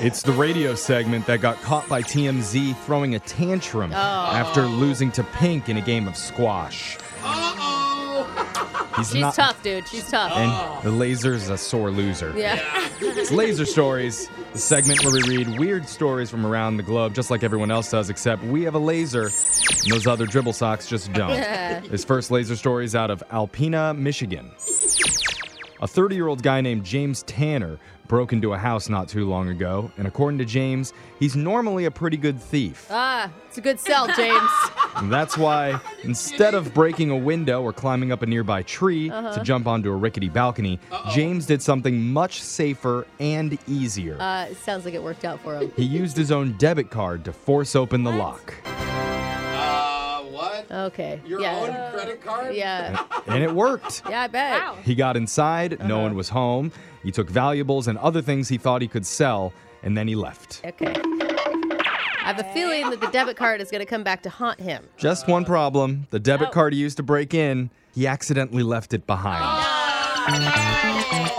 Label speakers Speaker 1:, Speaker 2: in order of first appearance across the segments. Speaker 1: It's the radio segment that got caught by TMZ throwing a
Speaker 2: Oh.
Speaker 1: tantrum after losing to Pink in a game of squash. Uh-oh. He's
Speaker 2: She's
Speaker 1: not,
Speaker 2: tough, dude. She's tough.
Speaker 1: And the laser's a sore loser.
Speaker 2: yeah.
Speaker 1: It's Laser Stories, the segment where we read weird stories from around the globe, just like everyone else does, except we have a laser and those other dribble socks just don't. This first laser story is out of Alpena, Michigan. A 30 year old guy named James Tanner broke into a house not too long ago, and according to James, he's normally a pretty good thief.
Speaker 2: Ah, it's a good sell, James.
Speaker 1: And that's why instead of breaking a window or climbing up a nearby tree to jump onto a rickety balcony, James did something much safer and easier.
Speaker 2: Uh, it sounds like it worked out for him.
Speaker 1: He used his own debit card to force open the lock.
Speaker 3: Uh, what?
Speaker 2: Okay.
Speaker 3: Your
Speaker 2: yeah.
Speaker 3: own credit card?
Speaker 2: Yeah.
Speaker 1: And it worked.
Speaker 2: Yeah, I bet.
Speaker 4: Wow.
Speaker 1: He got inside, no one was home. He took valuables and other things he thought he could sell, and then he left.
Speaker 2: Okay. I have a feeling that the debit card is going to come back to haunt him.
Speaker 1: Just one problem the debit
Speaker 4: Oh.
Speaker 1: card he used to break in, he accidentally left it behind.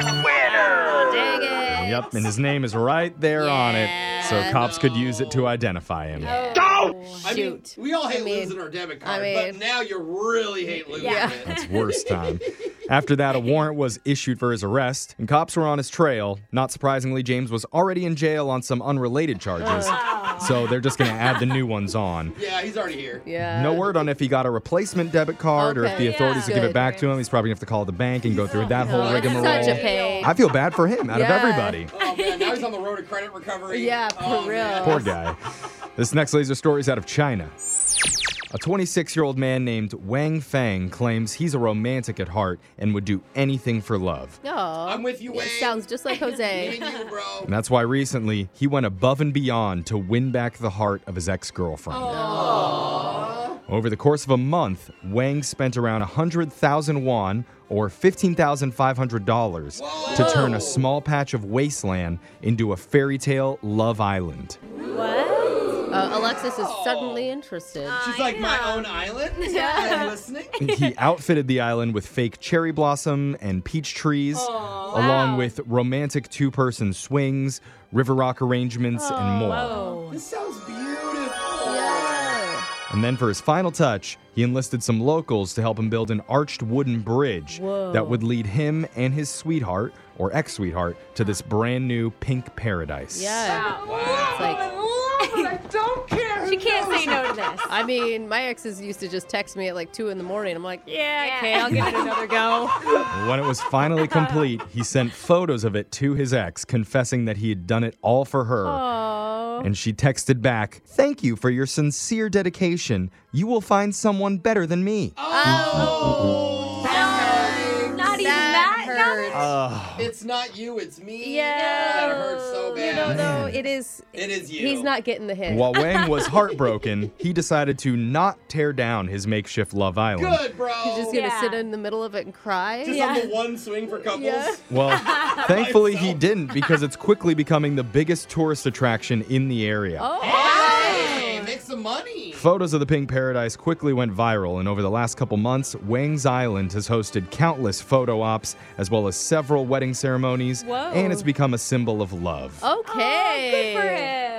Speaker 2: Dang it.
Speaker 1: Yep, and his name is right there on it, so
Speaker 2: Yeah.
Speaker 1: cops could use it to identify him.
Speaker 3: I mean,
Speaker 2: Shoot.
Speaker 3: we all hate
Speaker 2: mean-
Speaker 3: losing our debit card,
Speaker 2: mean-
Speaker 3: but now you really hate losing
Speaker 4: Yeah.
Speaker 3: it.
Speaker 1: It's worst time. After that, a warrant was issued for his arrest, and cops were on his trail. Not surprisingly, James was already in jail on some unrelated charges, so they're just going to add the new ones on.
Speaker 3: Yeah, he's already here.
Speaker 2: Yeah.
Speaker 1: No word on if he got a replacement debit card or if
Speaker 2: Okay.
Speaker 1: the authorities
Speaker 2: Yeah.
Speaker 1: will give
Speaker 2: Good.
Speaker 1: it back to him. He's probably going to have to call the bank and go through that whole
Speaker 2: Oh, Such
Speaker 1: rigmarole.
Speaker 2: a pain.
Speaker 1: I feel bad for him out
Speaker 2: Yeah.
Speaker 1: of everybody.
Speaker 3: Oh, man, now he's on the road to credit recovery.
Speaker 2: Yeah, for
Speaker 3: Oh,
Speaker 2: real.
Speaker 3: man.
Speaker 1: Poor guy. This next laser story is out of China. A 26 year old man named Wang Fang claims he's a romantic at heart and would do anything for love.
Speaker 2: No.
Speaker 3: I'm with you, Wayne.
Speaker 2: It sounds just like
Speaker 3: Me
Speaker 2: Jose.
Speaker 3: and you, bro.
Speaker 1: And that's why recently he went above and beyond to win back the heart of his ex girlfriend. Over the course of a month, Wang spent around 100,000 won, or $15,500, to turn a small patch of wasteland into a fairy tale love island.
Speaker 4: What?
Speaker 2: Uh, Alexis is suddenly interested.
Speaker 3: She's like my own island. Yeah. Are you listening?
Speaker 1: he outfitted the island with fake cherry blossom and peach trees, along with romantic two person swings, river rock arrangements, and more.
Speaker 4: Oh.
Speaker 3: This sounds beautiful. Oh.
Speaker 1: And then for his final touch, he enlisted some locals to help him build an arched wooden bridge that would lead him and his sweetheart or ex sweetheart to this brand new pink paradise.
Speaker 2: Yeah.
Speaker 4: Wow.
Speaker 2: It's like,
Speaker 4: She can't say no to this.
Speaker 2: I mean, my exes used to just text me at like 2 in the morning. I'm like, yeah,
Speaker 4: Yeah.
Speaker 2: okay, I'll give it another go.
Speaker 1: When it was finally complete, he sent photos of it to his ex, confessing that he had done it all for her. And she texted back, Thank you for your sincere dedication. You will find someone better than me.
Speaker 2: Oh.
Speaker 4: Not even
Speaker 2: That
Speaker 4: that.
Speaker 2: hurts.
Speaker 1: Ugh.
Speaker 3: It's not you, it's me.
Speaker 2: Yeah.
Speaker 3: That hurts so
Speaker 2: You know,
Speaker 3: bad.
Speaker 2: though, it is.
Speaker 3: It is you.
Speaker 2: He's not getting the hit.
Speaker 1: While Wang was heartbroken, he decided to not tear down his makeshift Love Island.
Speaker 3: Good, bro.
Speaker 2: He's just gonna
Speaker 4: Yeah.
Speaker 2: sit in the middle of it and cry.
Speaker 3: Just on the one swing for couples.
Speaker 2: Yeah.
Speaker 1: Well, thankfully he didn't because it's quickly becoming the biggest tourist attraction in the area.
Speaker 3: Hey, make some money.
Speaker 1: Photos of the pink paradise quickly went viral, and over the last couple months, Wang's Island has hosted countless photo ops as well as several wedding ceremonies,
Speaker 4: Whoa.
Speaker 1: and it's become a symbol of love.
Speaker 2: Oh. Okay.
Speaker 4: Oh, Good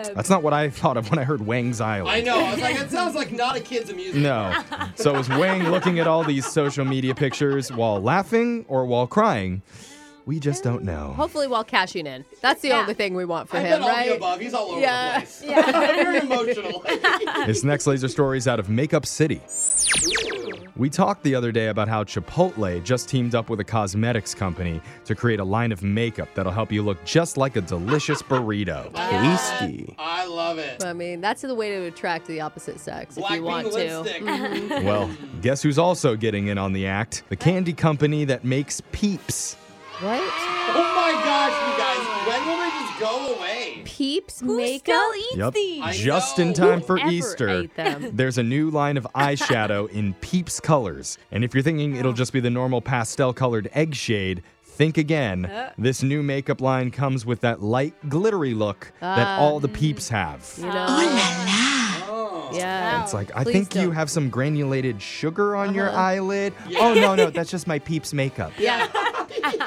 Speaker 4: for him.
Speaker 1: That's not what I thought of when I heard Wang's Island.
Speaker 3: I know. I was like, that sounds like not a kid's amusement.
Speaker 1: No. So is Wang looking at all these social media pictures while laughing or while crying? We just don't know.
Speaker 2: Hopefully, while cashing in. That's the
Speaker 4: Yeah.
Speaker 2: only thing we want for
Speaker 3: I've
Speaker 2: him,
Speaker 3: been all the
Speaker 2: right?
Speaker 3: above. He's all over
Speaker 2: Yeah.
Speaker 3: the place. Very emotional.
Speaker 1: This next laser story is out of Makeup City. We talked the other day about how Chipotle just teamed up with a cosmetics company to create a line of makeup that'll help you look just like a delicious burrito.
Speaker 5: Tasty.
Speaker 3: I love it.
Speaker 2: I mean, that's the way to attract the opposite sex if
Speaker 3: Black
Speaker 2: you want
Speaker 3: bean
Speaker 2: to. Mm-hmm.
Speaker 3: lipstick.
Speaker 1: Well, guess who's also getting in on the act? The candy company that makes peeps.
Speaker 2: Right?
Speaker 3: Oh my gosh, you guys. When will they just go away?
Speaker 2: Peeps
Speaker 4: Who
Speaker 2: makeup.
Speaker 4: still eats
Speaker 1: Yep.
Speaker 4: these?
Speaker 3: I
Speaker 1: Just
Speaker 3: know.
Speaker 1: in time for
Speaker 2: Whoever
Speaker 1: Easter,
Speaker 2: ate them.
Speaker 1: there's a new line of eyeshadow in Peeps colors. And if you're thinking it'll just be the normal pastel colored egg shade, think again. This new makeup line comes with that light, glittery look that all the Peeps have.
Speaker 2: You know? Yeah.
Speaker 1: It's like, I
Speaker 2: Please
Speaker 1: think you
Speaker 2: don't. Uh-huh.
Speaker 1: have some granulated sugar on your eyelid. Oh, no, no, that's just my Peeps makeup.
Speaker 2: Yeah.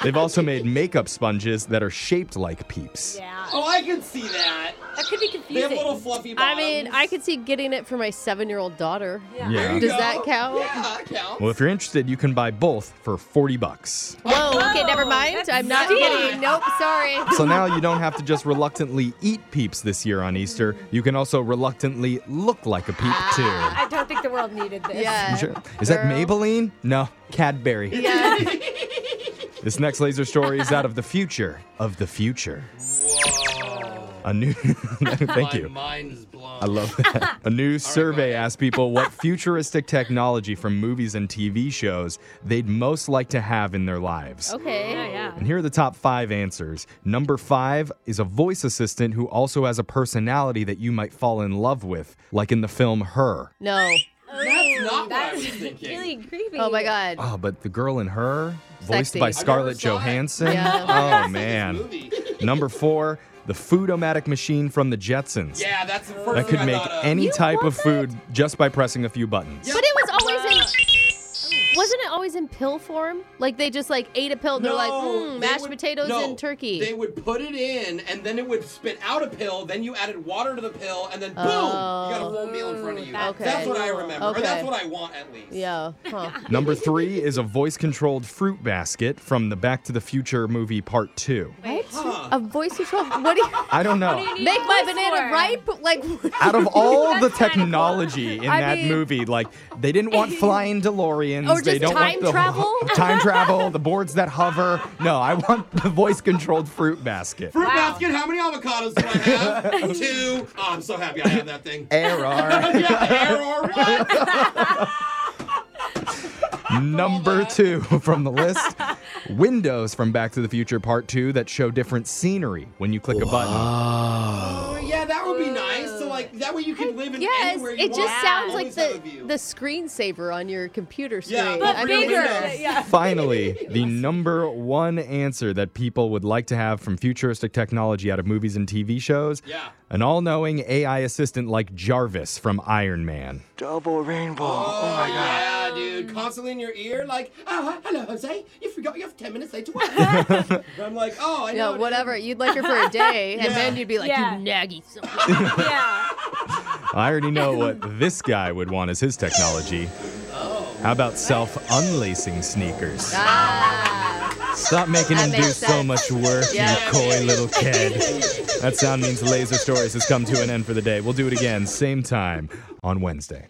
Speaker 1: They've also made makeup sponges that are shaped like peeps.
Speaker 4: Yeah.
Speaker 3: Oh, I can see that.
Speaker 4: That could be
Speaker 3: They
Speaker 4: confusing.
Speaker 3: have little fluffy
Speaker 2: I
Speaker 3: bottoms.
Speaker 2: mean, I could see getting it for my seven-year-old daughter.
Speaker 4: Yeah.
Speaker 1: Yeah.
Speaker 3: There you
Speaker 2: Does
Speaker 3: go.
Speaker 2: that count?
Speaker 3: Yeah, that counts.
Speaker 1: Well, if you're interested, you can buy both for 40 bucks.
Speaker 2: Whoa. Okay, never
Speaker 4: Whoa,
Speaker 2: mind.
Speaker 4: that's
Speaker 2: I'm not
Speaker 4: steep.
Speaker 2: getting. Nope. Sorry.
Speaker 1: So now you don't have to just reluctantly eat peeps this year on Easter. You can also reluctantly look like a peep too.
Speaker 4: I don't think the world needed this.
Speaker 2: Yeah.
Speaker 1: Sure. Is that
Speaker 2: Ah. Girl.
Speaker 1: Maybelline? No, Cadbury.
Speaker 2: Yeah.
Speaker 1: This next laser story is out of the future of the future.
Speaker 3: Whoa.
Speaker 1: A new Thank
Speaker 3: My
Speaker 1: you.
Speaker 3: mind is blown.
Speaker 1: I love that. A new survey asked people what futuristic technology from movies and TV shows they'd most like to have in their lives.
Speaker 2: Oh.
Speaker 4: Yeah,
Speaker 2: Okay.
Speaker 4: yeah.
Speaker 1: And here are the top five answers. Number five is a voice assistant who also has a personality that you might fall in love with, like in the film Her.
Speaker 2: No.
Speaker 3: That's not what I
Speaker 4: That's
Speaker 3: was thinking.
Speaker 4: really creepy.
Speaker 2: Oh my God.
Speaker 3: Uh,
Speaker 1: Oh, but the girl in Her, voiced
Speaker 2: Sexy.
Speaker 1: by
Speaker 2: I never
Speaker 1: Scarlett
Speaker 3: saw it.
Speaker 1: Johansson.
Speaker 2: Yeah.
Speaker 1: Oh,
Speaker 3: This
Speaker 1: man.
Speaker 3: movie.
Speaker 1: Number four, the food-o-matic machine from the Jetsons.
Speaker 3: Yeah, that's the first
Speaker 1: That
Speaker 3: thing
Speaker 1: could
Speaker 3: I
Speaker 1: make
Speaker 3: thought uh, of.
Speaker 1: any
Speaker 2: You
Speaker 1: type
Speaker 2: want
Speaker 1: of food just by pressing a few buttons.
Speaker 2: But it was always in. Wasn't it always in pill form? Like they just like ate a pill. and They're like, mm,
Speaker 3: they
Speaker 2: mashed
Speaker 3: would-
Speaker 2: potatoes
Speaker 3: no,
Speaker 2: and turkey.
Speaker 3: They would put it in, and then it would spit out a pill. Then you added water to the pill, and then boom, you got a whole meal in front of you.
Speaker 4: That's
Speaker 3: That's what I
Speaker 4: cool.
Speaker 3: remember,
Speaker 2: Oh. Okay.
Speaker 3: or that's what I want at least.
Speaker 2: yeah. Huh.
Speaker 1: Number three is a voice-controlled fruit basket from the Back to the Future movie Part Two.
Speaker 3: Huh.
Speaker 2: A voice control. What do you
Speaker 1: I don't know.
Speaker 4: do you need
Speaker 2: make my
Speaker 4: voice
Speaker 2: banana
Speaker 4: for?
Speaker 2: ripe? Like what-
Speaker 1: Out of all the
Speaker 4: That's kinda cool.
Speaker 1: technology in
Speaker 2: I
Speaker 1: that
Speaker 2: mean-
Speaker 1: movie, like they didn't want flying DeLoreans.
Speaker 2: Or
Speaker 1: they
Speaker 2: just
Speaker 1: don't
Speaker 2: time
Speaker 1: want the
Speaker 2: travel?
Speaker 1: time travel, the boards that hover. No, I want the voice-controlled fruit basket.
Speaker 3: Fruit basket, how many avocados do I have? Two. Oh, I'm so happy I have that thing.
Speaker 1: Error.
Speaker 3: yeah, hair or what?
Speaker 1: Number two from the list windows from Back to the Future Part Two that show different scenery when you click a button.
Speaker 3: Oh, yeah, that would be nice. So like that way you can live in
Speaker 2: Yes,
Speaker 3: anywhere you
Speaker 2: it just
Speaker 3: want.
Speaker 2: sounds like
Speaker 3: Always
Speaker 2: the
Speaker 3: have a view.
Speaker 2: the screensaver on your computer screen.
Speaker 3: Yeah, but
Speaker 2: I mean,
Speaker 3: bigger.
Speaker 4: Yeah,
Speaker 2: it's-
Speaker 4: yeah.
Speaker 1: Finally, the number one answer that people would like to have from futuristic technology out of movies and TV shows
Speaker 3: Yeah.
Speaker 1: an all knowing AI assistant like Jarvis from Iron Man.
Speaker 5: Double rainbow.
Speaker 3: Oh
Speaker 5: Oh
Speaker 3: my
Speaker 5: my god.
Speaker 3: god. Yeah,
Speaker 2: Um.
Speaker 3: dude. Constantly in your ear, like, ah, hello, Jose. You forgot you're 10 minutes late to work. And I'm like, oh, I
Speaker 2: Yeah,
Speaker 3: know.
Speaker 2: whatever. You'd like her for a day, and
Speaker 3: Yeah.
Speaker 2: then you'd be like,
Speaker 4: Yeah.
Speaker 2: you naggy. son of a-"
Speaker 4: Yeah.
Speaker 1: I already know what this guy would want as his technology. How about self unlacing sneakers?
Speaker 2: Ah.
Speaker 1: Stop making
Speaker 2: That
Speaker 1: him do
Speaker 2: makes
Speaker 1: so
Speaker 2: sense.
Speaker 1: much work,
Speaker 2: Yeah.
Speaker 1: you coy little kid. that sound means Laser Stories has come to an end for the day. We'll do it again, same time on Wednesday.